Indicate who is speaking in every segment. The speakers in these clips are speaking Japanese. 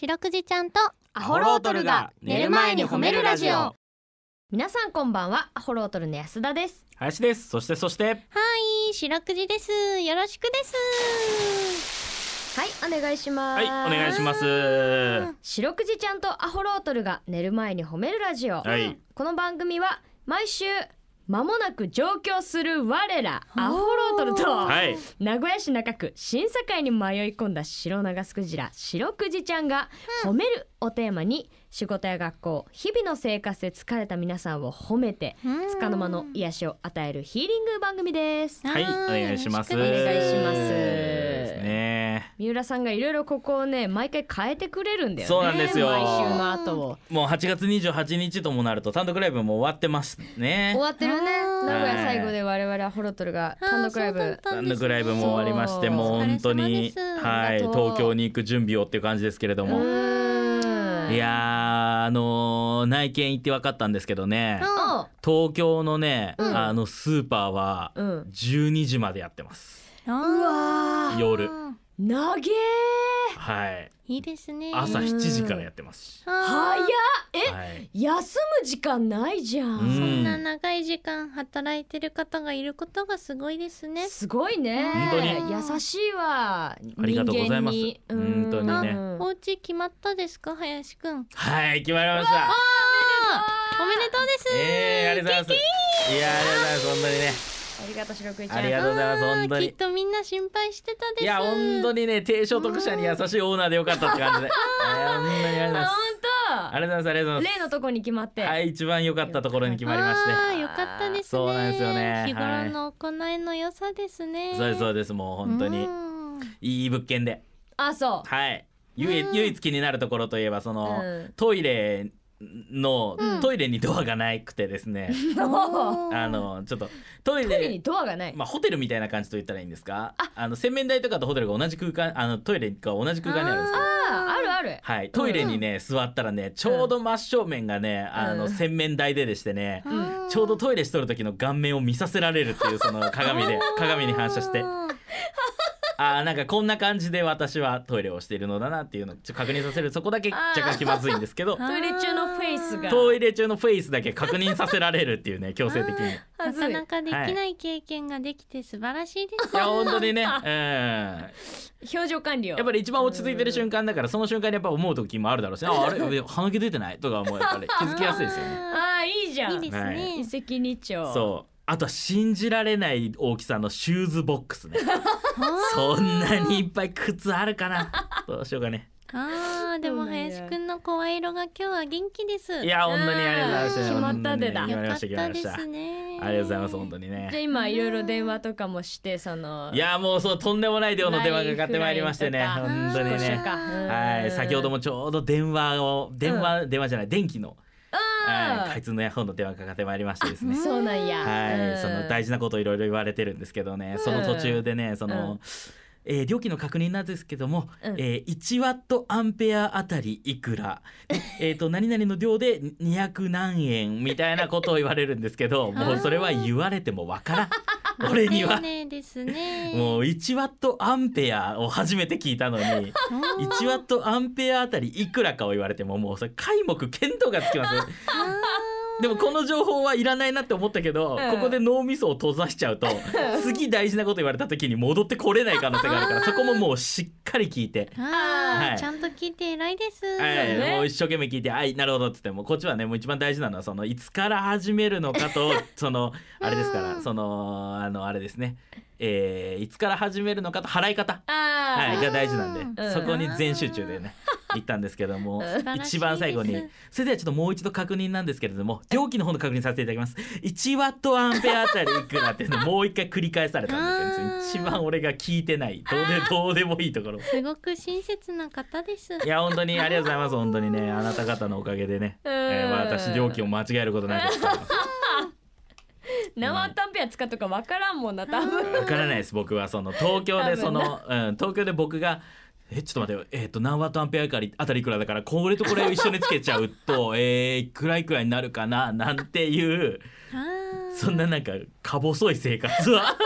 Speaker 1: 白くじちゃんと
Speaker 2: アホロートルが寝る前に褒めるラジオ
Speaker 3: 皆さんこんばんはアホロートルの安田です
Speaker 2: 林ですそしてそして
Speaker 1: はい白くじですよろしくです
Speaker 3: はいお願いしま
Speaker 2: はい
Speaker 3: す
Speaker 2: お願いします
Speaker 3: 白くじちゃんとアホロートルが寝る前に褒めるラジオ、
Speaker 2: はい
Speaker 3: この番組は毎週間もなく上京する我らアホロートルと、
Speaker 2: はい
Speaker 3: 名古屋市中区審査会に迷い込んだ白長スクジラ白くじちゃんが「褒める」をテーマに仕事や学校日々の生活で疲れた皆さんを褒めて
Speaker 1: うん
Speaker 3: 束の間の癒しを与えるヒーリング番組です
Speaker 2: はいお願いします
Speaker 1: よろく
Speaker 3: お願いします
Speaker 2: ですね
Speaker 3: 三浦さんがいろいろここをね毎回変えてくれるんだよね
Speaker 2: そうなんですよ
Speaker 3: 毎週の後を
Speaker 2: もう8月28日ともなると単独ライブも終わってますね
Speaker 3: 終わってるね
Speaker 1: うん
Speaker 3: 名古屋最後で我々はホロトルが単独ライ
Speaker 1: あーそうだ
Speaker 3: ブ
Speaker 1: ったん
Speaker 2: 単
Speaker 1: ですね
Speaker 2: 独ライブも終わりまして
Speaker 3: そう
Speaker 2: もう本当に
Speaker 1: お疲れ様です
Speaker 2: はい
Speaker 3: ありがとう
Speaker 2: 東京に行く準備をっていう感じですけれど
Speaker 3: う
Speaker 2: も
Speaker 3: ーん
Speaker 2: いやーあのー内見行って分かったんですけどね
Speaker 1: うん
Speaker 2: 東京のね
Speaker 3: うん
Speaker 2: あのスーパーは
Speaker 3: うんうん
Speaker 2: 12時までやってます
Speaker 3: うわー
Speaker 2: 夜
Speaker 3: 長え
Speaker 2: はい
Speaker 1: いいですね
Speaker 2: 朝7時からやってますし
Speaker 1: は
Speaker 3: 早っえ
Speaker 2: はい
Speaker 3: 休む時間ないじゃ
Speaker 2: うん
Speaker 1: そ
Speaker 3: ん
Speaker 1: んな長い時間働いてる方がいることがすごいですね
Speaker 3: すごいね
Speaker 1: 当
Speaker 2: 本
Speaker 1: に
Speaker 3: 優しいわあ
Speaker 2: りがとうございます本当にね
Speaker 1: お家決まったですか林くん
Speaker 2: はい決まりました
Speaker 1: おめでとうです
Speaker 2: えー、ありがとうございますいやありがとうございます本当にね
Speaker 3: ありがとう白くいちゃん
Speaker 2: ありがとうございます本当
Speaker 1: きっ
Speaker 2: に
Speaker 1: とみんな心配してたです
Speaker 2: いや本当にね低所得者に優しいオーナーでよかったっ て感じでえー本当にありがとうございます
Speaker 3: あ
Speaker 2: ありがとうございますありがとうござ
Speaker 3: 本
Speaker 2: い
Speaker 3: 当例のとこに決まっ
Speaker 2: ま
Speaker 3: て、
Speaker 2: すはい一番良かったところに決まりまして
Speaker 1: あーよかったですね
Speaker 2: そうなんですよね
Speaker 1: 日頃の行いの良さですね、
Speaker 2: そうですそううですもう本当に
Speaker 1: ん
Speaker 2: いい物件で
Speaker 3: あそ
Speaker 2: はい唯
Speaker 1: うん
Speaker 2: 唯一気になるところといえばその
Speaker 3: うん
Speaker 2: トイレの
Speaker 1: うん
Speaker 2: トイレにドアがないくてですね
Speaker 3: う ト
Speaker 2: あのちょっとトイ
Speaker 3: イレに
Speaker 2: レ
Speaker 3: ドアがない、
Speaker 2: まあホテルみたいな感じと言ったらいいんですかあの洗面台とかとホテルが同じ空間あのトイレが同じ空間にあるんですよ
Speaker 3: あああるある
Speaker 2: はい、トイレにね、座ったらねちょうど真正面がね、あの
Speaker 3: うん
Speaker 2: 洗面台ででしてね、
Speaker 1: あ
Speaker 3: う
Speaker 1: ー
Speaker 2: ちょうどトイレしとる時の顔面を見させられるっていうその鏡で鏡に反射して
Speaker 1: あ
Speaker 2: あーなんかこんな感じで私はトイレをしているのだなっていうのをちょっと確認させるそこだけ若干気まずいんですけど
Speaker 1: あー
Speaker 3: トイレ中のフェイスが
Speaker 2: トイレ中のフェイスだけ確認させられるっていうね強制的に。
Speaker 1: ー
Speaker 2: い
Speaker 1: な
Speaker 3: 恥ず
Speaker 1: か
Speaker 3: い
Speaker 1: なかできない経験ができて素晴らしいです、
Speaker 2: や本当にね、うん、
Speaker 3: 表情管理を
Speaker 2: やっぱり一番落ち着いてる瞬間だからその瞬間にやっぱ思う時もあるだろうしああれ鼻毛出てないとかもやっぱり気づきやすいですよね。
Speaker 3: ああいいじゃ
Speaker 1: あー
Speaker 3: ん
Speaker 1: いいです
Speaker 2: は
Speaker 1: ね、
Speaker 3: 一石二鳥
Speaker 2: そうあとは信じられない大きさのシューズボックスねそんなにいっぱい靴あるかなどうしようかね
Speaker 1: あーでも
Speaker 3: そうなんや
Speaker 1: 林くんの声色が今日は元気です
Speaker 2: いや本当にありがとうございます
Speaker 3: 決まったでだ
Speaker 2: 本当にね決まり
Speaker 1: よかった
Speaker 2: ました決まりま
Speaker 1: で
Speaker 2: した
Speaker 1: すね
Speaker 2: ありがとうございます本当
Speaker 1: に
Speaker 2: に
Speaker 3: じゃあ
Speaker 2: ね
Speaker 3: 今いろいろ電話とかもしてその
Speaker 2: いやもうそうとんでもない量の電話がかかってまいりましてね
Speaker 3: ライフライ
Speaker 2: 本当に
Speaker 3: 少し
Speaker 2: ね
Speaker 3: か
Speaker 2: はい先ほどもちょうど電話を電話、電話じゃない電気の、
Speaker 3: あ
Speaker 2: はい、開通のヤホーの電話がかかってまいりましてですね
Speaker 3: そうなんや。
Speaker 2: はい、その大
Speaker 3: 事。
Speaker 2: 事なことをいろいろ言われてるんですけどね、その途中でねその、
Speaker 3: うん
Speaker 2: えー料金の確認なんですけども、
Speaker 3: うん
Speaker 2: えー、1ワットアンペアあたりいく らえーと何々の量で200何円みたいなことを言われるんですけ どもうそれは言われてもわからん俺には
Speaker 1: 丁。寧ですね
Speaker 2: もう1ワットアンペアを初めて聞いたのに 1ワットアンペアあたりいくらかを言われてももうそれ皆目見当がつきますでもこの情報はいらないなって思ったけど、
Speaker 3: うん
Speaker 2: ここで脳みそを閉ざしちゃうと次大事なこと言われた時に戻ってこれない可能性があるからそこももうしっかり聞いて。
Speaker 1: あー
Speaker 2: はい
Speaker 1: ちゃんと聞いて偉いです。
Speaker 2: はい、
Speaker 3: ね
Speaker 2: もう一生懸命聞いて「はいなるほど」っつってもこっちはねもう一番大事なのはそのいつから始めるのか とそのあれですから、
Speaker 1: うん
Speaker 2: そのあのあれですね、えーいつから始めるのかと払い方、は
Speaker 3: あ
Speaker 2: い、
Speaker 3: あ。
Speaker 2: が大事なんで、
Speaker 3: うん
Speaker 2: そこに全集中でね行ったんですけど も
Speaker 1: 素晴らしいです
Speaker 2: 一番最後にそれではちょっともう一度確認なんですけれども料金の方の確認させていただきます1ワットアンペアあたりいくらっていうのをもう一回繰り返されたんだけど
Speaker 1: あー
Speaker 2: 一番俺が聞いてない どうでどうでもいいところ
Speaker 1: すごく親切な方です。
Speaker 2: いや本当にありがとうございます本当にねあなた方のおかげでね、
Speaker 3: うん
Speaker 2: えー私料金を間違えることないですから
Speaker 3: 生アンタンペア使うとかわからんもんな多分。
Speaker 2: わからないです僕はその東京でその、うん、東京で僕がえちょっと待ってよえっ、と何ワットアンペアあたりあたりいくらだからこれとこれを一緒につけちゃうとえー、いくらいくらになるかななんていう
Speaker 1: あー
Speaker 2: そんななんかか細い生活は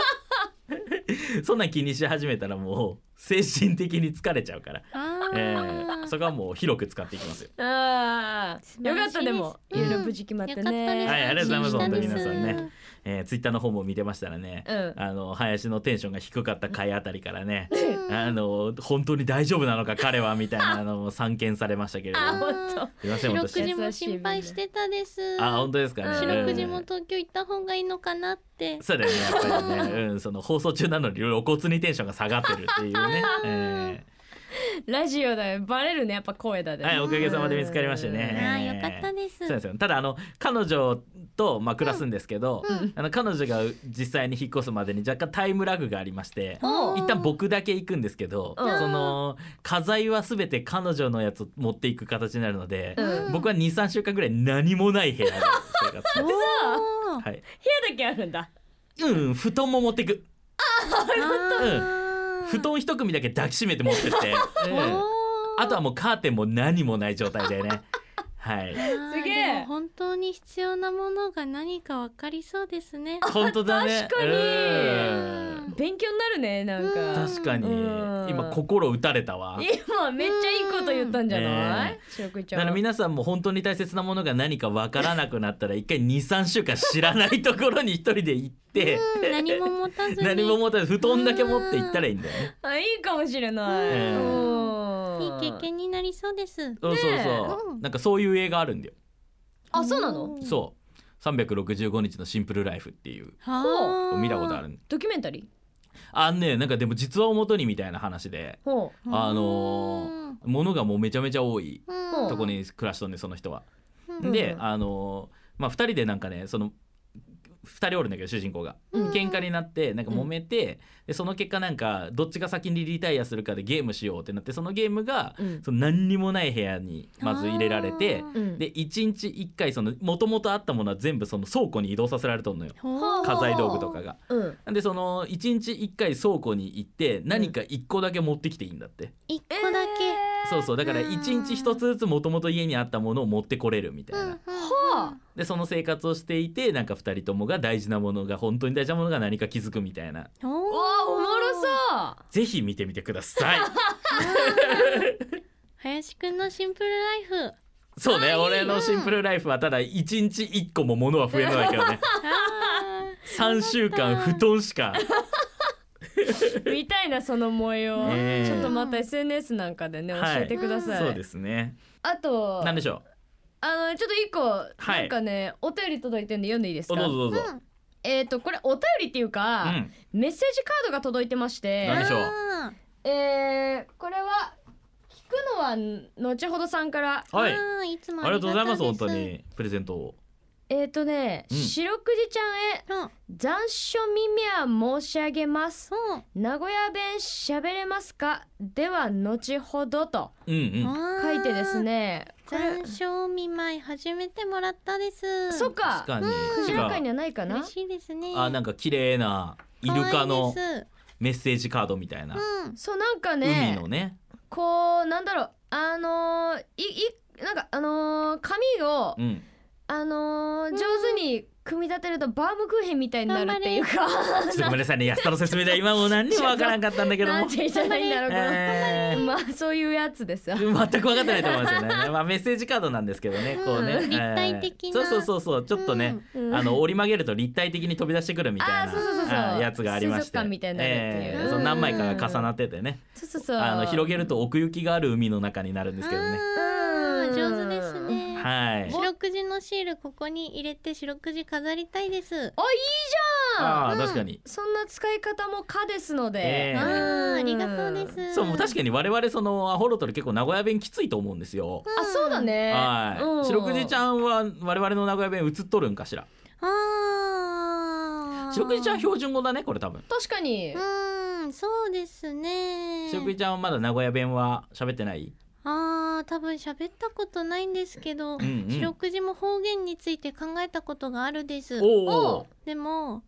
Speaker 2: そんなん気にし始めたらもう精神的に疲れちゃうから
Speaker 1: あ
Speaker 2: えーそこはもう広く使っていきますよ。
Speaker 3: あ
Speaker 1: 素
Speaker 3: ーよ
Speaker 1: 晴
Speaker 3: かっ
Speaker 1: らしいです
Speaker 3: たでもいろいろ無事決まっ
Speaker 1: よ
Speaker 3: て
Speaker 1: か
Speaker 3: ね
Speaker 1: ったです。
Speaker 2: はいありがとうございます
Speaker 1: 安心した
Speaker 2: 本当に皆さん
Speaker 1: です
Speaker 2: ねえー、ツイッターの方も見てましたらね、
Speaker 3: うん
Speaker 2: あの林のテンションが低かった回あたりからね、あの本当に大丈夫なのか彼はみたいなのを散見されましたけれど
Speaker 3: あ
Speaker 2: も、
Speaker 3: 本
Speaker 2: すいません
Speaker 1: 白
Speaker 2: 私
Speaker 1: く。じも心配してたです。
Speaker 2: あ本当ですかね。
Speaker 1: 白くじ
Speaker 2: う
Speaker 1: も
Speaker 2: ん
Speaker 1: 東京行った方がいいのかなって。
Speaker 2: そうだよねやっぱりね、うん、その放送中なのに露骨にテンションが下がってるっていう ね、え
Speaker 3: 当ラジオだよバレるねやっぱ声だで、
Speaker 2: ーはいおかげさまで見つかりましたね
Speaker 1: あ
Speaker 3: うん
Speaker 1: あよかったです。
Speaker 2: そうなんですよただあの彼女と、まあ、暮らすんですけど、あの彼女が実際に引っ越すまでに若干タイムラグがありまして
Speaker 1: おー
Speaker 2: 一旦僕だけ行くんですけど、
Speaker 3: うん
Speaker 2: その家財は全て彼女のやつを持っていく形になるので、
Speaker 3: うん
Speaker 2: 僕は23週間ぐらい何もない部屋で生活して
Speaker 1: お
Speaker 2: ま
Speaker 1: ー
Speaker 2: す
Speaker 1: あ
Speaker 2: はい、
Speaker 3: 部屋だけあるんだ
Speaker 2: うん布団も持ってく
Speaker 1: ー
Speaker 2: 布団一組だけ抱きしめて持ってって、うん
Speaker 1: おー
Speaker 2: あとはもうカーテンも何もない状態でね は
Speaker 1: あ
Speaker 2: い
Speaker 1: ー
Speaker 3: すげえ
Speaker 1: でも本当に必要なものが何かわかりそうですね。
Speaker 2: 本当だね
Speaker 3: 確かに
Speaker 2: うん
Speaker 3: 勉強になるねなんか、
Speaker 2: 確かに
Speaker 3: うん
Speaker 2: 今心打たれたわ
Speaker 3: 今めっちゃいいこと言ったんじゃない、
Speaker 2: ね
Speaker 3: 白くじち
Speaker 2: だ
Speaker 3: ゃん
Speaker 2: から皆さんも本当に大切なものが何かわからなくなったら一回23週間知らないところに一人で行って
Speaker 1: うん何も持たず に。
Speaker 2: 何も持たず布団だけ持って行ったらいいんだよね。
Speaker 3: あいいかもしれない、
Speaker 2: ええ
Speaker 3: うん
Speaker 1: いい経験になりそうです。
Speaker 2: そうそう
Speaker 1: う
Speaker 2: そ
Speaker 1: ん
Speaker 2: うなんかそういう映画あるんだよ。
Speaker 3: あそうなの
Speaker 1: ん
Speaker 2: そう365日のシンプルライフっていう
Speaker 1: はあ
Speaker 2: 見たことあ。る
Speaker 3: ドキュメンタリー
Speaker 2: あんねなんかでも実話をもとにみたいな話で
Speaker 3: ほう
Speaker 2: あのー物がもうめちゃめちゃ多い
Speaker 1: うん
Speaker 2: とこに暮らしとんねその人は。
Speaker 1: うん
Speaker 2: で
Speaker 3: うん
Speaker 2: あのーまあ2人でなんかねその2人おるんだけど主人公が
Speaker 3: うん
Speaker 2: 喧嘩になってなんか揉めて、でその結果なんかどっちが先にリタイアするかでゲームしようってなってそのゲームが、
Speaker 3: うん
Speaker 2: その何にもない部屋にまず入れられて
Speaker 1: あー
Speaker 3: うん
Speaker 2: で1日1回そのもともとあったものは全部その倉庫に移動させられとんのよ
Speaker 1: ほう
Speaker 2: 家財道具とかが。
Speaker 3: うん
Speaker 2: でその1日1回倉庫に行って何か1個だけ持ってきていいんだって。
Speaker 1: 一個だけ。
Speaker 2: そうそうだから
Speaker 1: うん
Speaker 2: 1日1つずつもともと家にあったものを持ってこれるみたいな、
Speaker 3: は
Speaker 2: でその生活をしていてなんか2人ともが大事なものが本当に大事なものが何か気づくみたいな
Speaker 1: あ。
Speaker 3: うわあおもろそう
Speaker 1: う。
Speaker 2: ぜひ見てみてください
Speaker 1: 林くんのシンプルラ イフ。
Speaker 2: そうね俺のシンプルライフはただ1日1個も物は増えないけどね
Speaker 1: あ
Speaker 2: 3週間布団しか
Speaker 3: みたいなその模様、
Speaker 2: ねえ
Speaker 3: ちょっとまた SNS なんかでね、
Speaker 2: はい
Speaker 3: 教えてください、
Speaker 2: そうですね
Speaker 3: あと
Speaker 2: なんでしょ
Speaker 3: あのちょっと一個、
Speaker 2: い
Speaker 3: なんかねお便り届いてんで読んでいいです
Speaker 2: うお
Speaker 3: か
Speaker 2: どうぞどう
Speaker 1: ー
Speaker 2: ぞ、
Speaker 1: うん
Speaker 3: えっ、とこれお便りっていう
Speaker 2: う
Speaker 3: か、
Speaker 2: ん、
Speaker 3: メッセージカードが届いてまして
Speaker 2: 何でしょう
Speaker 1: あ
Speaker 3: えー、これは聞くのは後ほどさんから
Speaker 1: ー
Speaker 2: はいあ
Speaker 1: あーいつも
Speaker 2: りがとうございます本当
Speaker 1: です。
Speaker 2: にプレゼントを
Speaker 3: えっ、ー、とね、
Speaker 2: うん
Speaker 3: 白くじちゃんへ
Speaker 1: うん。
Speaker 3: 残暑耳は申し上げます
Speaker 1: そう。
Speaker 3: 名古屋弁喋れますかでは後ほどと
Speaker 2: うんうん
Speaker 1: あー
Speaker 3: 書いてです。ねこれ
Speaker 1: 残暑見舞い初めてもらったです。
Speaker 3: そっか
Speaker 2: 確かに
Speaker 3: クジラ界に
Speaker 2: なんか
Speaker 3: はないかな
Speaker 1: 嬉しいですね。
Speaker 2: あなんか綺麗なイルカの
Speaker 1: 可愛いです
Speaker 2: メッセージカードみたいな、
Speaker 1: うん。
Speaker 3: そうなんか
Speaker 2: 海
Speaker 3: ね
Speaker 2: のね
Speaker 3: こうなんだろうあのー、いいなんかあのー、紙を
Speaker 2: うん
Speaker 3: あのー、上手に組み立てるとバームクーヘンみたいになるっていうか
Speaker 2: ちょっとごめんなさいね安田の説明では今もう何にもわからんかったんだけど
Speaker 3: な
Speaker 2: も
Speaker 3: ん、て言ったらいいんだろうこの
Speaker 2: えー
Speaker 3: まあそういうやつですよ。
Speaker 2: 全く分かってないと思いますよね、 まあ、メッセージカードなんですけどねこうね、
Speaker 3: うん
Speaker 2: えー
Speaker 1: 立体的な
Speaker 2: そうそうそうそうちょっとね、
Speaker 3: うん
Speaker 2: あの折り曲げると立体的に飛び出してくるみたいな
Speaker 3: あーそうそうそうそう
Speaker 2: あーやつがありまして
Speaker 3: 水族館みたいになるっていう
Speaker 2: えーそう何枚かが重なっててね、
Speaker 3: そうそうそう。
Speaker 2: あの広げると奥行きがある海の中になるんですけどね、
Speaker 1: あー
Speaker 3: うん
Speaker 1: 上手ですね。
Speaker 2: はい
Speaker 1: 白くじのシールここに入れて白くじ飾りたいです。
Speaker 3: あいいじゃん。
Speaker 2: あー確かに、
Speaker 3: そんな使い方も可ですので。
Speaker 2: ええ
Speaker 1: あ
Speaker 3: うん
Speaker 1: ーありがとうで。す。
Speaker 2: そうもう確
Speaker 1: か
Speaker 2: かに我々そのアホロトル結構名古屋弁きついと思うんですよ、
Speaker 3: あそうだ。ね。
Speaker 2: はい白くじち
Speaker 3: ん。
Speaker 2: ゃんは我々の名古屋弁映っとるんかしら
Speaker 1: ああ。
Speaker 2: 白くじちゃんは標準語だねこれ多分
Speaker 3: 確かに。
Speaker 1: うん、そうですね。
Speaker 2: しおくいちゃんはまだ名古屋弁は喋ってない
Speaker 1: ああ、多分喋ったことないんですけど、
Speaker 2: んうん
Speaker 1: 白くじも方言について考えたことがあるです。
Speaker 2: おお
Speaker 1: でも、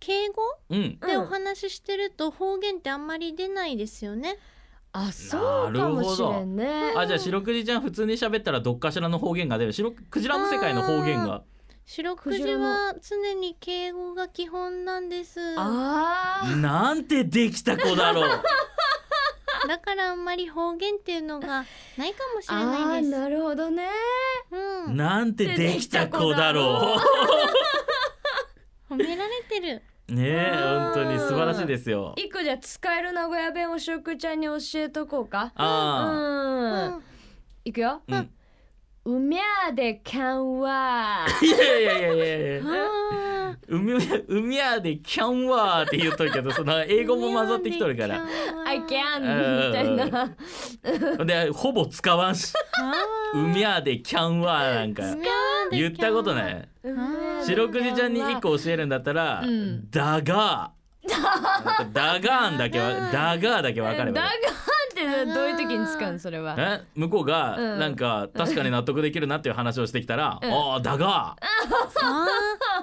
Speaker 1: 敬語
Speaker 2: うん
Speaker 1: で
Speaker 3: うん
Speaker 1: お話ししてると方言ってあんまり出ないですよね。
Speaker 3: あそうかもしれんね。
Speaker 2: あじゃあ白くじちゃん普通に喋ったらどっかしらの方言が出る白クジラの世界の方言が
Speaker 1: 白くじは常に敬語が基本なんです。
Speaker 3: あ あ
Speaker 2: なんてできた子だろう
Speaker 1: だからあんまり方言っていうのがないかもしれ
Speaker 3: あ
Speaker 1: ない
Speaker 3: ー
Speaker 1: です。
Speaker 3: なるほどね
Speaker 1: うん、
Speaker 2: なんてできた子だろ
Speaker 1: 褒められてる。
Speaker 2: う ねえ
Speaker 3: うん
Speaker 2: 本当に素晴らしいですよ
Speaker 3: 一個じゃあ使える名古屋弁をしおくちゃんに教えとこうかう
Speaker 2: あ
Speaker 3: ん、
Speaker 1: うん
Speaker 3: いくよ
Speaker 2: あ、うん、
Speaker 3: うみゃーでかんわ
Speaker 2: いやいやいやいやいや
Speaker 1: あー
Speaker 2: うみうみやでキャンワーって言っとるけどその 英語も混ざってきとるから
Speaker 1: うん
Speaker 3: I can
Speaker 2: うん
Speaker 3: みたいな
Speaker 2: でほぼ使わんし
Speaker 1: あー。
Speaker 2: うみやでキャンワーなんか言ったことないい
Speaker 1: ん
Speaker 2: 白くじちゃんに一個教えるんだったら
Speaker 3: う
Speaker 2: 「
Speaker 3: ん
Speaker 2: だが」ダガーンだけわダガーだけ分かれば
Speaker 3: ダ
Speaker 2: いい
Speaker 3: ガーってどういう時に使うのそれは
Speaker 2: え向こうが
Speaker 3: うん
Speaker 2: なんか確かに納得できるなっていう話をしてきたら「
Speaker 3: うん
Speaker 2: ああだが
Speaker 1: あ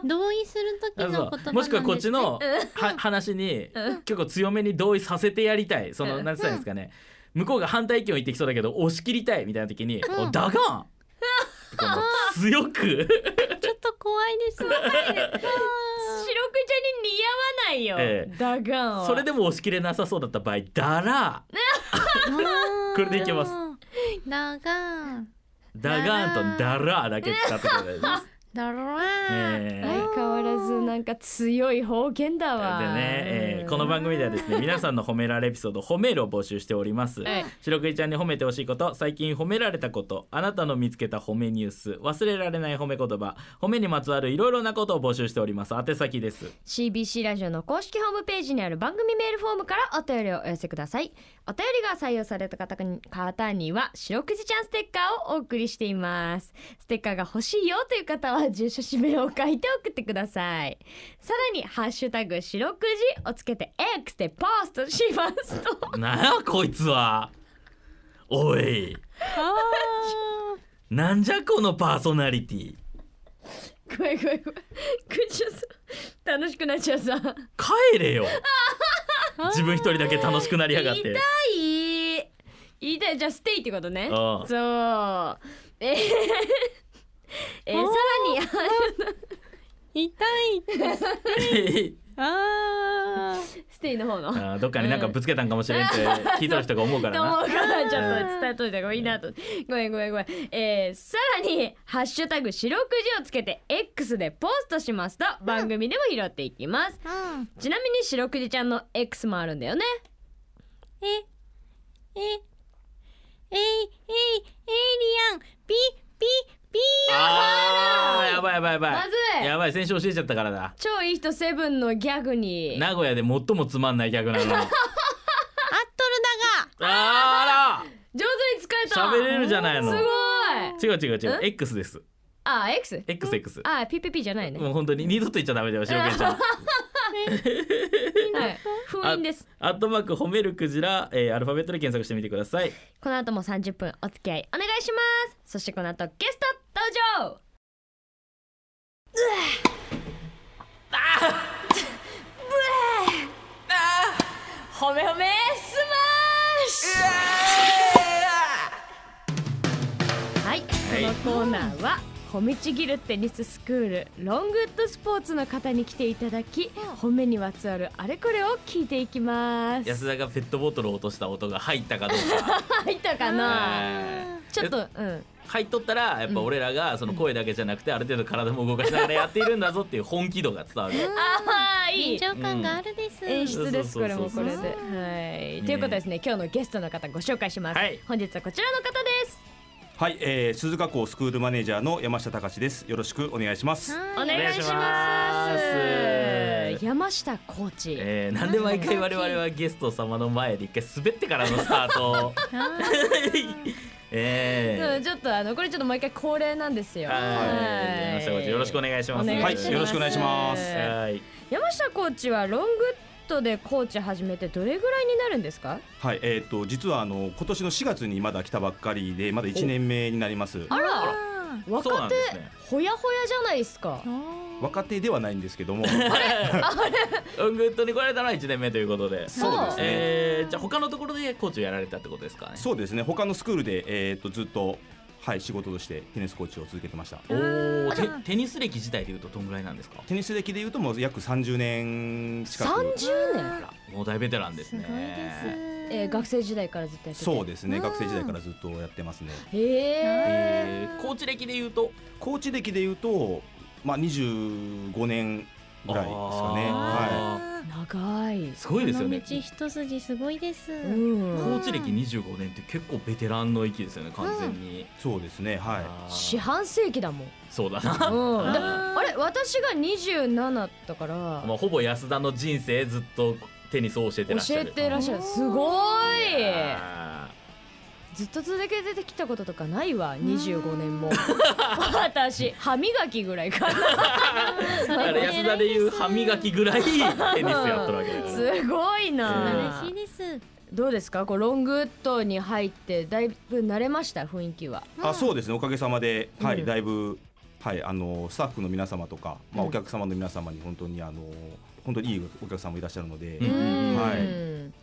Speaker 1: ー同意する時の言葉なんです、
Speaker 2: そ
Speaker 1: ね。
Speaker 2: うもしくはこっちのは話に
Speaker 3: うん
Speaker 2: 結構強めに同意させてやりたいその
Speaker 3: うん
Speaker 2: 何て言ったらいいんですかね向こうが反対意見を言ってきそうだけど押し切りたいみたいな時に「
Speaker 1: うん
Speaker 2: おだがん!」ってこう強く
Speaker 1: ちょっと怖いです。
Speaker 3: 白くじゃんに似合わない
Speaker 2: え
Speaker 3: よダガンは
Speaker 2: それでも押し切れなさそうだった場合「だら」 これでいけます。
Speaker 1: だが、
Speaker 2: 「だがん」と「だら」だけ使ってくださいです。
Speaker 1: だろ
Speaker 2: ええ
Speaker 3: 相変わらずなんか強い方言だ
Speaker 2: で
Speaker 3: わ
Speaker 2: ね、えーこの番組ではですね皆さんの褒められエピソード褒めるを募集しております
Speaker 3: はい
Speaker 2: 白くじちゃんに褒めてほしいこと最近褒められたことあなたの見つけた褒めニュース忘れられない褒め言葉褒めにまつわるいろいろなことを募集しております宛先です
Speaker 3: CBC ラジオの公式ホームページにある番組メールフォームからお便りをお寄せくださいお便りが採用された方に方には白くじちゃんステッカーをお送りしていますステッカーが欲しいよという方は住所氏名を書いて送ってくださいさらにハッシュタグ白くじをつけて X でポストしますと
Speaker 2: なあこいつはおいなんじゃこのパーソナリティ
Speaker 3: ごめんごめんごめん口をさ楽しくなっちゃうさ
Speaker 2: 帰れ よ自分一人だけ楽しくなりやがって
Speaker 3: 痛い痛いじゃあステイってことね
Speaker 2: ああ
Speaker 3: そうえーえー
Speaker 1: おー
Speaker 3: さらに
Speaker 1: 痛い。あ
Speaker 3: ステイの方 の
Speaker 2: あーどっかになんかぶつけたんかもしれんって聞いとる人が思うから
Speaker 3: と
Speaker 2: な
Speaker 3: 思うからちょっと伝えといた方がいいなとごめんごめんごめんえーさらに「ハッシュタグ四六時」をつけて X でポストしますと番組でも拾っていきます
Speaker 1: あ。うん。
Speaker 3: ちなみに四六時ちゃんの X もあるんだよね
Speaker 1: え、え、えい、えい、エイリアン、ピ、ピ、ピ
Speaker 2: あーやばいやばいやばい
Speaker 3: まずい
Speaker 2: やばい先週教えちゃったからだ
Speaker 3: 超いい人セブンのギャグに
Speaker 2: 名古屋で最もつまんないギャグな のに
Speaker 1: アットル
Speaker 2: あ
Speaker 3: 上手に使え
Speaker 2: ー
Speaker 3: た
Speaker 2: あら喋れるじゃない
Speaker 3: す
Speaker 2: の
Speaker 3: ごい
Speaker 2: 違う違う違う X です
Speaker 3: あ X?
Speaker 2: XX
Speaker 3: あ PPP じゃないね、
Speaker 2: もう本当に二度と言っちゃダメだよ白毛ち ゃん
Speaker 3: はい、封印です
Speaker 2: アットマーク褒めるクジラ、えーアルファベットで検索してみてください
Speaker 3: この後も30分お付き合いお願いしますそしてこの後ゲスト登場うわああ褒め褒めスマッシュはいこのコーナーは褒めちぎるテニススクールロングウッドスポーツの方に来ていただき褒めにまつわるあれこれを聞いていきます
Speaker 2: 安田がペットボトルを落とした音が入ったかどう か
Speaker 3: 入ったかな
Speaker 2: えー
Speaker 3: ちょっとうん
Speaker 2: 入っとったらやっぱ俺らがその声だけじゃなくてある程度体も動かしながらやっているんだぞっていう本気度が伝わる
Speaker 3: ああ
Speaker 1: ダが
Speaker 3: い
Speaker 1: 臨
Speaker 3: い
Speaker 1: 場感があるです。
Speaker 3: 演出です
Speaker 2: そうそう
Speaker 3: これ
Speaker 2: そ
Speaker 3: も
Speaker 2: う
Speaker 3: こ
Speaker 2: そう
Speaker 3: れで
Speaker 1: そう
Speaker 3: はい
Speaker 2: ね
Speaker 3: ということでですね今日のゲストの方ご紹介します
Speaker 2: はい
Speaker 3: 本日はこちらの方です
Speaker 4: はい、えー、鈴鹿校スクールマネージャーの山下隆です。よろしくお願いします。
Speaker 1: は
Speaker 3: お
Speaker 2: お
Speaker 3: 願いしま
Speaker 2: 願いします
Speaker 3: す山下コーチ
Speaker 2: えー、なんで毎回我々はゲスト様の前で一回滑ってからのスター トを
Speaker 1: あ
Speaker 2: え
Speaker 3: うんちょっとあのこれちょっと毎回恒例なんです
Speaker 2: ー、
Speaker 3: よ
Speaker 2: はい
Speaker 3: は
Speaker 2: 山下コーチよろしくお願いします
Speaker 3: お願いします
Speaker 4: はいよろしくお願いします
Speaker 2: はい
Speaker 3: 山下コーチはロングウッドでコーチ始めてどれぐらいになるんですか
Speaker 4: はい、えっ、と実はあの今年の4月にまだ来たばっかりで、まだ1年目になります。
Speaker 3: あら若
Speaker 2: そうなん
Speaker 3: 手
Speaker 2: ですね
Speaker 3: ほやほやじゃないですか
Speaker 4: 若手ではないんですけども、
Speaker 2: ロングウッドに来られたのは1年目ということで
Speaker 4: そうですね
Speaker 2: えー、じゃあ他のところでコーチをやられたってことですかね
Speaker 4: そうですね。他のスクールでえっ、とずっとはい仕事としてテニスコーチを続けてました。
Speaker 2: おーテテニス歴自体でいうとどんぐらいなんですか
Speaker 4: テニス歴でいうともう約30年近く。
Speaker 3: 30
Speaker 2: あ
Speaker 3: 年
Speaker 2: らもう大ベテランですすね
Speaker 1: ごいです。
Speaker 3: えー学生時代からずっとやってて
Speaker 4: そうですね
Speaker 1: うん
Speaker 4: 学生時代からずっとやってますね
Speaker 3: へえ
Speaker 2: えー、コーチ歴で言うと
Speaker 4: コーチ歴でいうとまあ25年ぐらいですかねは
Speaker 2: あ
Speaker 1: あー
Speaker 3: 長い
Speaker 2: すごいですよね
Speaker 1: この道一筋すごいです。
Speaker 3: うん
Speaker 2: コーチ歴25年って結構ベテランの域ですよね完全に、
Speaker 4: いそうですねはい
Speaker 2: あー
Speaker 3: 四半世紀だもん、
Speaker 2: そうだな
Speaker 3: うん、だ
Speaker 1: あー
Speaker 3: あれ私が27だから、
Speaker 2: まあほぼ安田の人生ずっとテニスを教えてらっし
Speaker 3: 教
Speaker 2: ゃ
Speaker 3: え
Speaker 2: る
Speaker 3: てらっしゃる
Speaker 1: おー
Speaker 3: すごい
Speaker 2: あ
Speaker 3: ずっと続けてきたこととかないわ25年 も私歯磨きぐらいかな
Speaker 2: ーだから安田でいう歯磨き ぐらいテニスやってるわけだから
Speaker 3: すごい
Speaker 1: 素晴
Speaker 3: な
Speaker 1: らしいです。
Speaker 3: どうですかこうロングウッドに入ってだいぶ慣れました雰囲気は
Speaker 4: あそうですねおかげさまで、はい
Speaker 3: うん
Speaker 4: だいぶ、はい、あのスタッフの皆様とか、まあ、
Speaker 3: うん
Speaker 4: お客様の皆様に本当にあの本当にいいお客様もいらっしゃるので、
Speaker 2: うん
Speaker 4: はい
Speaker 3: うん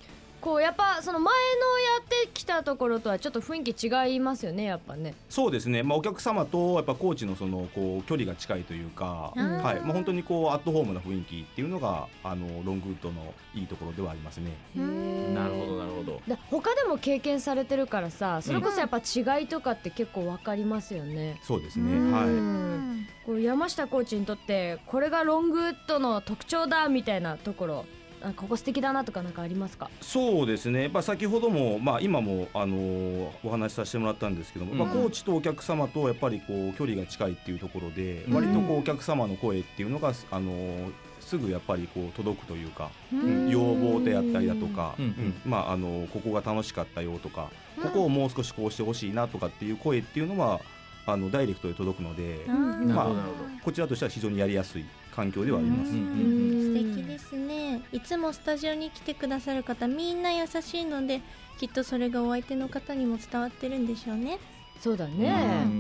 Speaker 3: こうやっぱその前のやってきたところとはちょっと雰囲気違いますよねやっぱね
Speaker 4: そうですね、まあ、お客様とやっぱコーチのそのこう距離が近いというか、
Speaker 1: あー
Speaker 4: はいまあ、本当にこうアットホームな雰囲気っていうのがあのロングウッドのいいところではありますね。
Speaker 1: うん
Speaker 2: なるほどなるほど
Speaker 3: だ他でも経験されてるからさそれこそやっぱ違いとかって結構わかりますよね、
Speaker 4: そうです
Speaker 1: う
Speaker 4: ね、
Speaker 1: ん
Speaker 4: はい
Speaker 1: うん
Speaker 3: こう山下コーチにとってこれがロングウッドの特徴だみたいなところあここ素敵だなとかなんかありますか
Speaker 4: そうですね、まあ、先ほども、まあ、今も、あのーお話しさせてもらったんですけども、まあ、
Speaker 2: うん
Speaker 4: コーチとお客様とやっぱりこう距離が近いっていうところで、
Speaker 2: うん
Speaker 4: 割とこうお客様の声っていうのが、あのーすぐやっぱりこう届くというか、
Speaker 1: うん
Speaker 4: 要望であったりだとか、
Speaker 2: うん
Speaker 4: うんまああのーここが楽しかったよとか、ここをもう少しこうしてほしいなとかっていう声っていうのはあのダイレクトで届くので、
Speaker 1: うん
Speaker 2: な
Speaker 4: るほど
Speaker 2: なるほど
Speaker 4: こちらとしては非常にやりやすい環境ではあります。
Speaker 2: うんうん
Speaker 1: 素敵ですね。いつもスタジオに来てくださる方みんな優しいので、きっとそれがお相手の方にも伝わってるんでしょうね。
Speaker 3: そうだね
Speaker 2: うん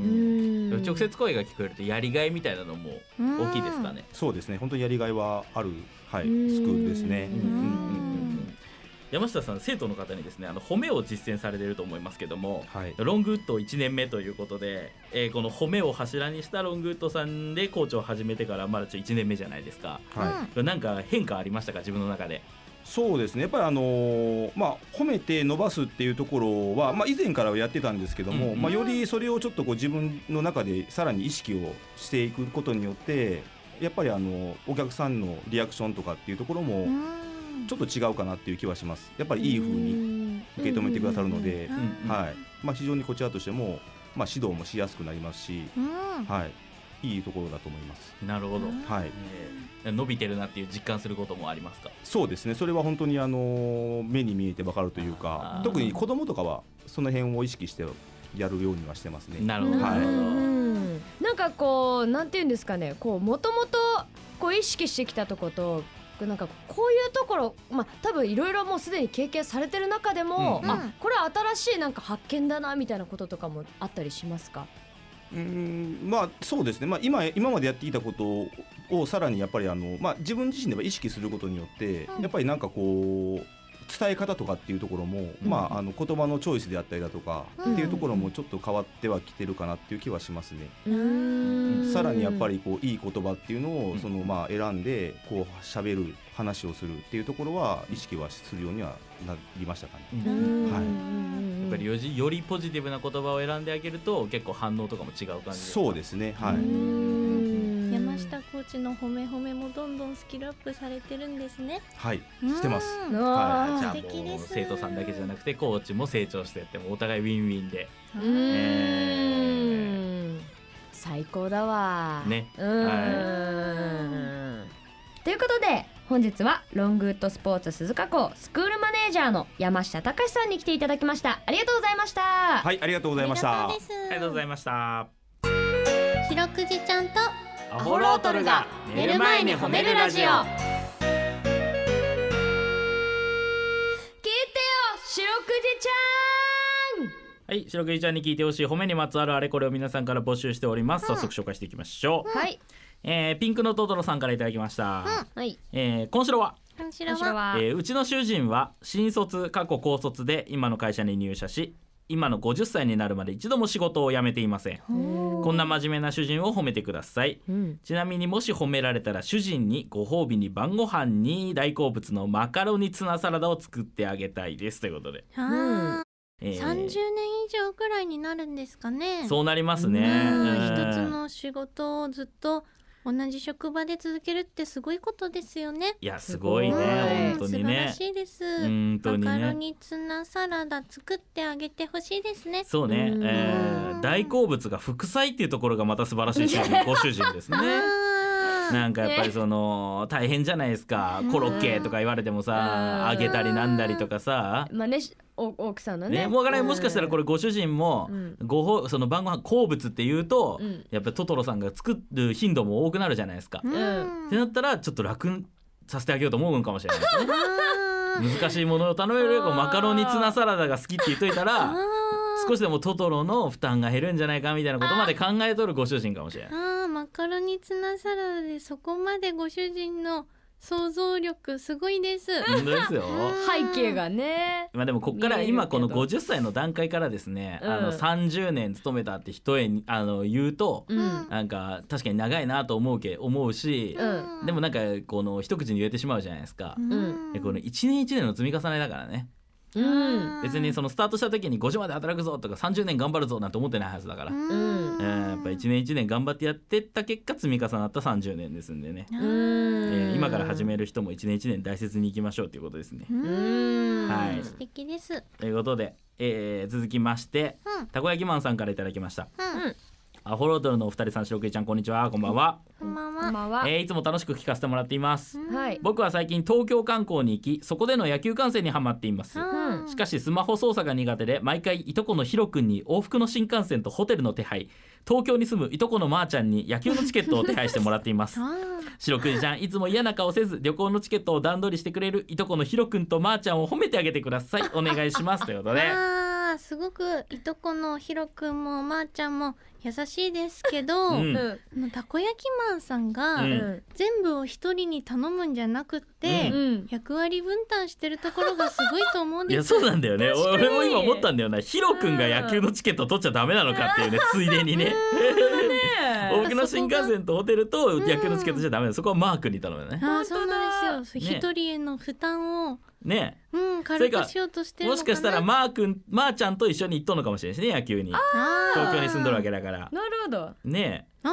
Speaker 3: うん
Speaker 2: 直接声が聞こえるとやりがいみたいなのも大きいですかね。
Speaker 4: そうですね本当にやりがいはある、はい、スク
Speaker 3: うん
Speaker 4: ールです
Speaker 3: う
Speaker 4: ね。
Speaker 3: ん
Speaker 1: うん
Speaker 2: 山下さん生徒の方にですねあの褒めを実践されてると思いますけども
Speaker 4: はい
Speaker 2: ロングウッド1年目ということで、えーこの褒めを柱にしたロングウッドさんでコーチを始めてからまだちょ1年目じゃないですか
Speaker 4: はい
Speaker 2: なんか変化ありましたか自分の中で
Speaker 4: そうですねやっぱりあのーまあ、褒めて伸ばすっていうところは、まあ、以前からはやってたんですけど
Speaker 2: う
Speaker 4: も、
Speaker 2: ん
Speaker 4: まあ、よりそれをちょっとこう自分の中でさらに意識をしていくことによってやっぱりあのお客さんのリアクションとかっていうところも
Speaker 1: うん
Speaker 4: ちょっと違うかなっていう気はしますやっぱりいい風に受け止めてくださるので
Speaker 1: う、ん
Speaker 4: はいまあ、非常にこちらとしても、まあ、指導もしやすくなりますし、
Speaker 1: うん
Speaker 4: はい、いいところだと思います。
Speaker 2: なるほど、
Speaker 1: うん
Speaker 4: はい
Speaker 2: えー伸びてるなっていう実感することもありますか
Speaker 4: そうですねそれは本当にあの目に見えてわかるという
Speaker 2: あ
Speaker 4: か
Speaker 2: ー
Speaker 4: 特に子供とかはその辺を意識してやるようにはしてますね。
Speaker 2: なるほど、
Speaker 4: は
Speaker 2: な
Speaker 4: い
Speaker 2: るほど
Speaker 3: うんなんかこうなんて言うんですかねこうもともとこう意識してきたとことなんかこういうところまあ多分いろいろもうすでに経験されてる中でも、
Speaker 2: うん
Speaker 1: うん
Speaker 3: あこれは新しいなんか発見だなみたいなこととかもあったりしますか
Speaker 4: うーんまあそうですね、まあ、今今までやっていたことをさらにやっぱりあの、まあ、自分自身では意識することによって、
Speaker 1: うん
Speaker 4: やっぱりなんかこう伝え方とかっていうところも、
Speaker 2: うん
Speaker 4: まあ、あの言葉のチョイスであったりだとか、
Speaker 1: うん
Speaker 4: っていうところもちょっと変わってはきてるかなっていう気はしますね。
Speaker 3: うん
Speaker 4: さらにやっぱりこういい言葉っていうの
Speaker 2: う
Speaker 4: を
Speaker 2: ん
Speaker 4: そのまあ選んでこう喋る話をするっていうところは意識はするようにはなりましたかね。
Speaker 2: うん
Speaker 3: うん
Speaker 4: はい
Speaker 2: やっぱりよりよりポジティブな言葉を選んであげると結構反応とかも違う感じ
Speaker 4: そうですすね。はい。
Speaker 3: うん
Speaker 1: 山下コーチの褒め褒めもどんどんスキルアップされてるんですね。
Speaker 4: はい。してます。
Speaker 1: うん
Speaker 3: うわー
Speaker 2: じゃあ
Speaker 1: 素敵
Speaker 2: も
Speaker 1: で
Speaker 2: う
Speaker 1: す
Speaker 2: 生徒さんだけじゃなくてコーチも成長してってもうお互いウィンウィンで
Speaker 3: う
Speaker 1: はい
Speaker 3: ーん最高だわ
Speaker 2: ね
Speaker 3: うーん、ということで本日はロングウッドスポーツ鈴鹿校スクールマネージャーの山下隆さんに来ていただきましたありがとうございました、
Speaker 4: はい、ありがとうございまし
Speaker 1: あ
Speaker 4: た
Speaker 1: りがとう。です。
Speaker 2: ありがとうございました
Speaker 1: 白くじちゃんと
Speaker 2: ア
Speaker 3: ホロートルが
Speaker 1: 寝る前に褒めるラジオ
Speaker 3: 聞いてよ白くじちゃん
Speaker 2: はい白くじちゃんに聞いてほしい褒めにまつわるあれこれを皆さんから募集しております早速紹介していきましょう、
Speaker 3: はい、
Speaker 2: えーピンクのトトロさんからいただきました、
Speaker 3: はい、
Speaker 2: えー、今週は
Speaker 1: こち
Speaker 3: こ
Speaker 1: ら
Speaker 3: ちら
Speaker 1: は
Speaker 3: は、
Speaker 2: えーうちの主人は新卒過去高卒で今の会社に入社し今の50歳になるまで一度も仕事を辞めていません
Speaker 3: おー
Speaker 2: こんな真面目な主人を褒めてください
Speaker 3: うん、
Speaker 2: ちなみにもし褒められたら主人にご褒美に晩ご飯に大好物のマカロニツナサラダを作ってあげたいですということで、
Speaker 1: あ
Speaker 2: え
Speaker 1: ー、
Speaker 2: ー
Speaker 1: 30年以上くらいになるんですかね
Speaker 2: そうなりますね、
Speaker 1: うん
Speaker 2: うん
Speaker 1: 一つの仕事をずっと同じ職場で続けるってすごいことですよね
Speaker 2: いやすごいね
Speaker 3: すごい
Speaker 2: 本当
Speaker 1: 素
Speaker 2: に
Speaker 1: 晴ら
Speaker 2: ね
Speaker 1: しいです、
Speaker 2: 本当に
Speaker 1: マカロ
Speaker 2: ね
Speaker 1: ニツナサラダ作ってあげてほしいですね
Speaker 2: そうね
Speaker 3: う、ん
Speaker 2: えー大好物が副菜っていうところがまた素晴らしい主人ご主人ですね
Speaker 1: あー
Speaker 2: なんかやっぱりその大変じゃないですかコロッケとか言われてもさ
Speaker 3: うん
Speaker 2: 揚げたりなんだりとかさ
Speaker 3: まあねしお奥さんのね
Speaker 2: ねもうわからないもしかしたらこ
Speaker 3: れ、
Speaker 2: れご主人も
Speaker 3: うん
Speaker 2: ごほその晩ご飯好物っていうと
Speaker 3: うん
Speaker 2: やっぱりトトロさんが作る頻度も多くなるじゃないですか
Speaker 1: う。ん
Speaker 2: ってなったらちょっと楽させてあげようと思うんかもしれないですね。
Speaker 1: あー
Speaker 2: 難しいものを頼めるよりもマカロニツナサラダが好きって言っといたら
Speaker 1: あー
Speaker 2: 少しでもトトロの負担が減るんじゃないかみたいなことまで考えとるご主人かもしれない。
Speaker 1: あーマカロニツナサラダでそこまでご主人の想像力すごいです。
Speaker 2: 本当ですよ。
Speaker 3: 背景がね
Speaker 2: まあでもこっから
Speaker 3: 見えるけど
Speaker 2: 今この50歳の段階からですね、
Speaker 3: うん
Speaker 2: あの30年勤めたって一重にあの言うと、
Speaker 3: うん、
Speaker 2: なんか確かに長いなと思うけ思うし、
Speaker 1: うん
Speaker 2: でもなんかこの一口に言えてしまうじゃないですか。でこの一年一年の積み重ねだからね
Speaker 3: うん
Speaker 2: 別にそ
Speaker 1: の
Speaker 2: のスタートした時に50まで働くぞとか30年頑張るぞなんて思ってないはずだから、
Speaker 3: うん
Speaker 2: えーやっぱ一年一年頑張ってやってった結果積み重なった30年ですんでね、え
Speaker 3: うん
Speaker 2: ー今から始める人も一年一年大切にいきましょうということですね。
Speaker 3: うん
Speaker 2: はい
Speaker 1: 素敵です。
Speaker 2: ということで、えー続きまして
Speaker 1: うん
Speaker 2: たこ焼きマンさんからいただきました
Speaker 1: うん
Speaker 2: アホロードルのお二人さん白くいちゃんこんにちはこんばんは、
Speaker 1: こんばん
Speaker 3: こん
Speaker 1: は。
Speaker 3: ばんは、
Speaker 2: えーいつも楽しく聞かせてもらっています
Speaker 1: うん
Speaker 3: はい
Speaker 2: 僕は最近東京観光に行きそこでの野球観戦にハマっています
Speaker 1: うん
Speaker 2: しかしスマホ操作が苦手で毎回いとこのヒロ君に往復の新幹線とホテルの手配東京に住むいとこのまーちゃんに野球のチケットを手配してもらっていま す
Speaker 1: あ
Speaker 2: 白くじちゃんいつも嫌な顔せず旅行のチケットを段取りしてくれるいとこのヒロ君とまーちゃんを褒めてあげてくださいお願いしますということ
Speaker 1: ー
Speaker 2: で
Speaker 1: あーすごくいとこのひろくんもまーちゃんも優しいですけど、
Speaker 2: う
Speaker 3: うんん
Speaker 1: あのたこ焼きマンさんが、
Speaker 2: うん
Speaker 1: 全部を一人に頼むんじゃなくって、
Speaker 2: うん
Speaker 3: うん
Speaker 1: 役割分担してるところがすごいと思うん
Speaker 2: い
Speaker 1: で
Speaker 2: や
Speaker 1: す。
Speaker 2: そうなんだよね
Speaker 3: 確かに
Speaker 2: 俺も今思ったんだよなヒロ君が野球のチケット取っちゃダメなのかっていうねついでにね
Speaker 3: ね
Speaker 2: 大きな新幹線とホテルと野球のチケットじゃダメだそこはマークに頼むよね
Speaker 1: あー
Speaker 3: 本当だ
Speaker 1: そうなんですよ。
Speaker 2: ね
Speaker 1: 一、人への負担を、
Speaker 2: ね
Speaker 1: うん、軽くしようとしてる
Speaker 2: も
Speaker 1: のかな。
Speaker 2: しかしたらマー君マーちゃんと一緒に行っとんのかもしれないしね野球に
Speaker 1: あー
Speaker 2: 東京に住んどるわけだから
Speaker 3: なるほど
Speaker 2: ね
Speaker 1: あ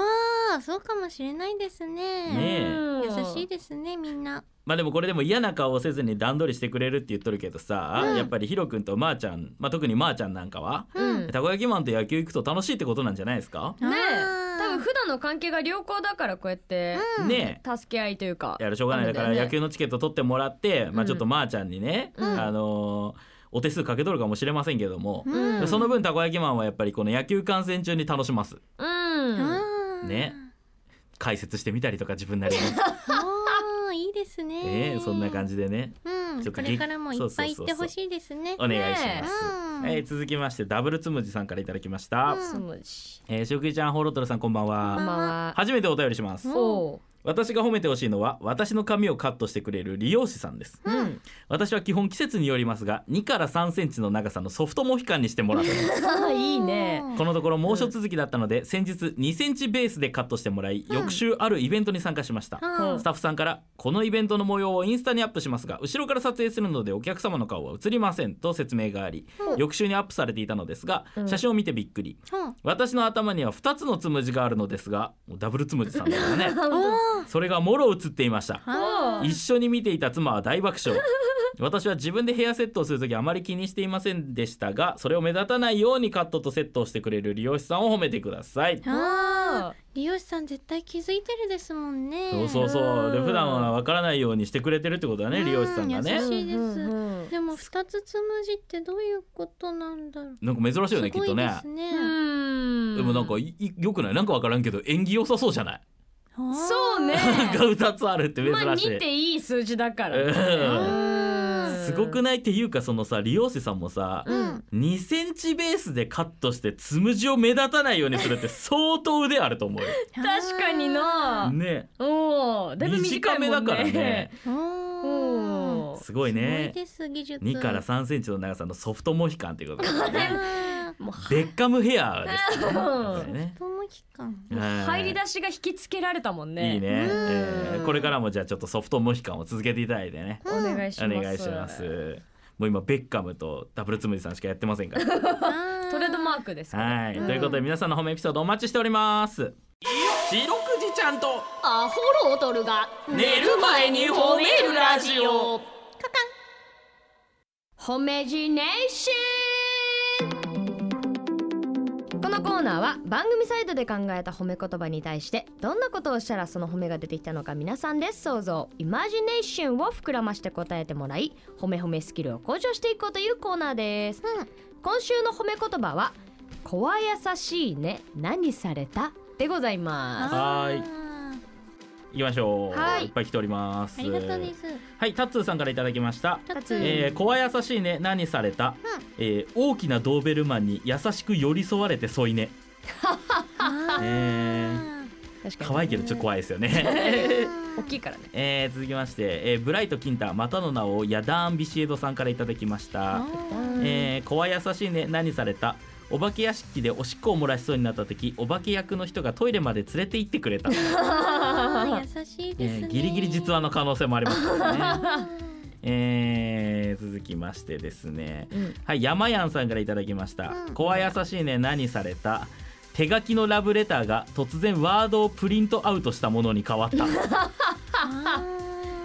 Speaker 1: あ、そうかもしれないですね。
Speaker 2: ねえ
Speaker 3: うん
Speaker 1: 優しいですね、みんな。
Speaker 2: まあでもこれでも嫌な顔をせずに段取りしてくれるって言っとるけどさ、
Speaker 1: うん
Speaker 2: やっぱりヒロ君とマーちゃん、まあ、特にマーちゃんなんかは
Speaker 3: うん
Speaker 2: たこ焼きマンと野球行くと楽しいってことなんじゃないですか、
Speaker 3: ねえ
Speaker 1: あー
Speaker 3: 多分普段の関係が良好だからこうやって
Speaker 2: ね
Speaker 3: 助け合いというか
Speaker 2: やるしょうがないだから
Speaker 3: なんよね
Speaker 2: 野球のチケット取ってもらって、まあちょっとまーちゃんにね、
Speaker 3: うん
Speaker 2: あのーお手数かけとるかもしれませんけども、
Speaker 1: うん
Speaker 3: うん
Speaker 2: その分たこ焼きマンはやっぱりこの野球観戦中に楽します
Speaker 3: うん
Speaker 1: あー
Speaker 2: ね解説してみたりとか自分なり に、
Speaker 1: あーいいですね。
Speaker 2: ねそんな感じでね
Speaker 1: うん、
Speaker 2: ちょっと
Speaker 1: こ
Speaker 2: げ
Speaker 1: れからもいっぱい行
Speaker 2: そ
Speaker 1: っ
Speaker 2: うそう
Speaker 1: て
Speaker 2: そうそ
Speaker 1: ほ
Speaker 2: う
Speaker 1: しいですね。
Speaker 2: お願いします、
Speaker 1: ねえ
Speaker 2: えー続きましてダブルつむじさんからいただきまし
Speaker 1: う
Speaker 2: た、
Speaker 1: ん
Speaker 3: つむじ
Speaker 2: えーしおくいちゃんホロトルさんこんばんは、
Speaker 3: こんばんは
Speaker 2: 初めてお便りします、
Speaker 1: うん
Speaker 3: お
Speaker 2: 私が褒めてほしいのは私の髪をカットしてくれる理容師さんです
Speaker 3: ううん
Speaker 2: 私は基本季節によりますが2から3センチの長さのソフトモヒカンにしてもらってます
Speaker 3: あー いいね
Speaker 2: このところ猛暑続きだったので、先日2センチベースでカットしてもらい、翌週あるイベントに参加しました、
Speaker 1: は
Speaker 2: スタッフさんからこのイベントの模様をインスタにアップしますが後ろから撮影するのでお客様の顔は映りませんと説明があり、
Speaker 1: うん
Speaker 2: 翌週にアップされていたのですが、
Speaker 3: うん
Speaker 2: 写真を見てびっくり
Speaker 1: あ
Speaker 2: 私の頭には2つのつむじがあるのですがもうダブルつむじさんだから ね
Speaker 1: おー
Speaker 2: それがもろ映っていました
Speaker 1: あー
Speaker 2: 一緒に見ていた妻は大爆笑私は自分でヘアセットをする時あまり気にしていませんでしたがそれを目立たないようにカットとセットをしてくれる理容師さんを褒めてください
Speaker 1: あー理容師さん絶対気づいてるですもんね。
Speaker 2: そうそうそうで
Speaker 3: うん
Speaker 2: 普段は分からないようにしてくれてるってことだね
Speaker 1: うん
Speaker 2: 理容師さんが
Speaker 1: 優
Speaker 2: ね
Speaker 1: しいです
Speaker 3: うん
Speaker 1: でも二つつむじってどういうことなんだろう。
Speaker 2: なんか珍しいよね
Speaker 1: す
Speaker 2: きっ
Speaker 1: ご
Speaker 2: と
Speaker 1: い
Speaker 2: ね
Speaker 1: ですね。
Speaker 3: うん
Speaker 2: でもなんかいいよくないなんか分からんけど縁起良さそうじゃない
Speaker 1: あー
Speaker 3: そうね
Speaker 2: なんか2つあるって珍
Speaker 3: まあ
Speaker 2: し
Speaker 3: 2っ
Speaker 2: い
Speaker 3: ていい数字だからね
Speaker 2: うん
Speaker 1: うん
Speaker 3: うん
Speaker 2: すごくないっていうかそのさ利用者さんもさ
Speaker 3: うん
Speaker 2: 2センチベースでカットしてつむじを目立たないようにするって相当腕あると思うよ。
Speaker 3: 確かにな
Speaker 2: ね
Speaker 3: おおだいぶ短いも
Speaker 2: 短め
Speaker 3: んね
Speaker 2: だから ね
Speaker 1: あー
Speaker 3: おー
Speaker 2: すごいね
Speaker 1: すごいです技術
Speaker 2: 2から3センチの長さのソフトモヒカンっていうことですね。
Speaker 1: あ
Speaker 3: もうは
Speaker 2: ベッカムヘアですね。
Speaker 3: うん
Speaker 2: これね
Speaker 1: ー友期間
Speaker 2: はい
Speaker 3: 入り出しが引きつけられたもんね
Speaker 2: いいね、えーこれからもじゃあちょっとソフトモヒカンを続けていただいてね
Speaker 3: お願いし
Speaker 2: お
Speaker 3: ます
Speaker 2: 願いしますもう今ベッカムとダブルつむじさんしかやってませんから
Speaker 1: ト
Speaker 3: トレードマークですから
Speaker 2: はい、ということで皆さんの褒めエピソードお待ちしております白くじちゃんと
Speaker 5: アホロードルが
Speaker 2: 寝る前に褒めるラジオ
Speaker 3: ホメジネーションこのコーナーは番組サイドで考えた褒め言葉に対してどんなことをしたらその褒めが出てきたのか皆さんで想像イマジネーションを膨らまして答えてもらい褒め褒めスキルを向上していこうというコーナーです、今週の褒め言葉は「こわやさしいね何された?」でございます
Speaker 2: はーい行きましょう、
Speaker 3: はい
Speaker 2: い、っぱい来ております
Speaker 1: ありがとうです
Speaker 2: はいタッツーさんからいただきました
Speaker 1: タ
Speaker 3: うん
Speaker 2: えー、怖い優しいね何された、えー大きなドーベルマンに優しく寄り添われて添い寝、えー、
Speaker 3: 確かに
Speaker 2: 可愛いけどちょっと怖いです よね
Speaker 3: 大きいからね
Speaker 2: えー続きまして、えーブライト・キンタまたの名をヤダーン・ビシエドさんからいただきましたえー、怖い優しいね何されたお化け屋敷でおしっこを漏らしそうになった時お化け役の人がトイレまで連れて行ってくれた、
Speaker 1: あー優しい
Speaker 2: え
Speaker 1: です
Speaker 2: ー
Speaker 1: ね
Speaker 2: ギリギリ実話の可能性もありますからね、
Speaker 1: あ
Speaker 2: えー続きましてですね
Speaker 3: うん
Speaker 2: はい山やんさんからいただきました
Speaker 1: うん
Speaker 2: 「怖、い優しいね何された」手書きのラブレターが突然ワードをプリントアウトしたものに変わ った、
Speaker 1: ー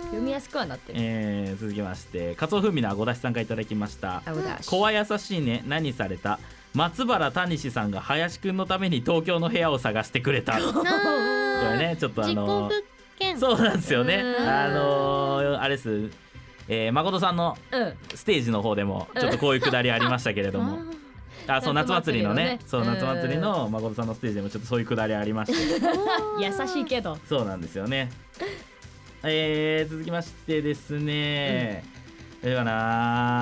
Speaker 3: 読みやすくはなってる
Speaker 2: えー続きましてカツオ風味のあごだしさんからいただきました
Speaker 3: あごだし
Speaker 2: 怖い優しいね何された松原谷志さんが林くんのために東京の部屋を探してくれ たこ
Speaker 1: なー
Speaker 2: れねちょっとあ
Speaker 1: 実行
Speaker 2: の
Speaker 1: 物件
Speaker 2: そうなんですよね
Speaker 3: うん
Speaker 2: あのーあれです、えー誠さんの
Speaker 3: うん
Speaker 2: ステージの方でもちょっとこういうくだりありましたけれど も
Speaker 1: あー
Speaker 2: あそう夏
Speaker 3: 夏
Speaker 2: 祭
Speaker 3: 祭
Speaker 2: り
Speaker 3: り
Speaker 2: の
Speaker 3: の
Speaker 2: ね
Speaker 3: ね
Speaker 2: そう
Speaker 3: うん
Speaker 2: 夏祭りの誠さんのステージでもちょっとそういうくだりあり まして
Speaker 3: 優しいけど
Speaker 2: そうなんですよね。えー、続きましてですね、どれか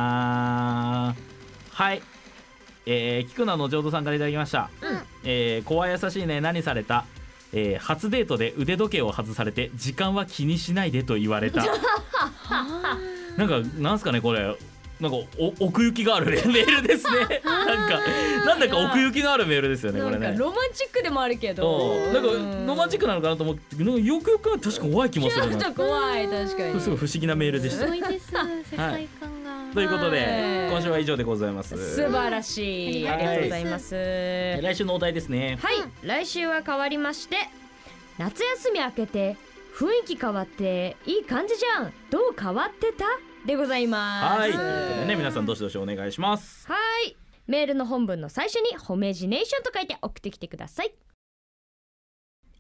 Speaker 2: なはい、えー、菊名の浄土さんからいただきました。えー、怖い優しいね何された、えー、初デートで腕時計を外されて時間は気にしないでと言われ た。なんかなんすかねこれ。なんかお奥行きがあるね メールですね。 なんかなんだか奥行きのあるメールですよねこ
Speaker 3: な
Speaker 2: れ
Speaker 3: ん
Speaker 2: ね。
Speaker 3: かロマンチックでもあるけど
Speaker 2: うんなんかロマンチックなのかなと思ってなんかよくよく考えたら確かに怖い気もす
Speaker 3: ちょ
Speaker 2: る
Speaker 3: っ
Speaker 2: な
Speaker 3: と怖い確かに
Speaker 2: すごい不思議なメールでし
Speaker 1: す
Speaker 2: た
Speaker 1: ごいです世界観が
Speaker 2: ということで
Speaker 3: はい
Speaker 2: 今週は以上でございます
Speaker 3: 素晴らしい
Speaker 2: はい
Speaker 3: ありがとうございます
Speaker 2: え
Speaker 3: は
Speaker 2: 来週のお題ですね
Speaker 3: い来週は変わりまして夏休み明けて雰囲気変わっていい感じじゃんどう変わってたでございます
Speaker 2: はいということでね皆さんどしどしお願いします
Speaker 3: はいメールの本文の最初に「ホメジネーション」と書いて送ってきてください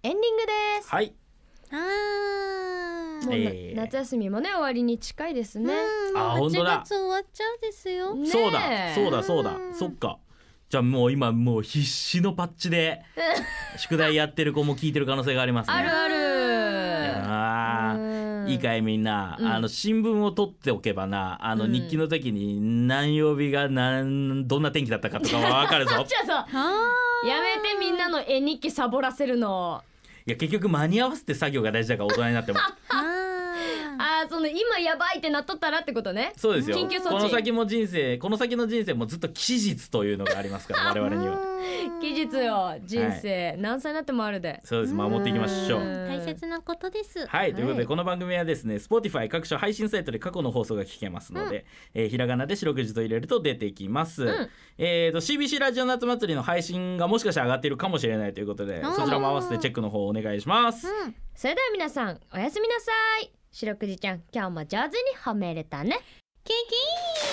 Speaker 3: エンディングです
Speaker 2: はい
Speaker 1: あー
Speaker 3: もうな
Speaker 2: えー
Speaker 3: 夏休みもね終わりに近いですね
Speaker 1: うん
Speaker 2: あ
Speaker 1: もう
Speaker 2: 本当だ
Speaker 1: 8月終わっちゃうですよ
Speaker 3: ねえ
Speaker 2: そうだそうだそうだ
Speaker 1: うん
Speaker 2: そっかじゃあもう今もう必死のパッチ で宿題やってる子も聞いてる可能性がありますね
Speaker 3: あるある
Speaker 2: あー
Speaker 3: うん
Speaker 2: いいかいみんな、
Speaker 3: うん
Speaker 2: あの新聞を取っておけばなあの
Speaker 3: うん
Speaker 2: 日記の時に何曜日が何どんな天気だったかとかは分かる ぞ
Speaker 3: じゃあさ
Speaker 1: あ
Speaker 3: やめてみんなの絵日記サボらせるの
Speaker 2: いや結局間に合わせて作業が大事だから大人にな っても
Speaker 1: ーあー
Speaker 3: あーその今やばいってなっとったらってことね
Speaker 2: そうですよ
Speaker 3: 緊急措置
Speaker 2: この先も人生この先の人生もずっと期日というのがありますから我々に は
Speaker 3: 期日よ人生、何歳になってもあるで
Speaker 2: そうです守っていきましょ
Speaker 3: う
Speaker 2: うん
Speaker 1: 大切なことです
Speaker 2: はいということ
Speaker 3: は
Speaker 2: で
Speaker 3: い
Speaker 2: この番組はですね Spotify 各種配信サイトで過去の放送が聞けますので、えーひらがなで白くじと入れると出てきます、
Speaker 3: ん
Speaker 2: えーと CBC ラジオ夏祭りの配信がもしかしたら上がっているかもしれないということで
Speaker 1: うん
Speaker 2: そちらも合わせてチェックの方お願いします、
Speaker 1: うん
Speaker 3: それでは皆さんおやすみなさい白くじちゃん今日も上手に褒めれたね
Speaker 1: ケーキ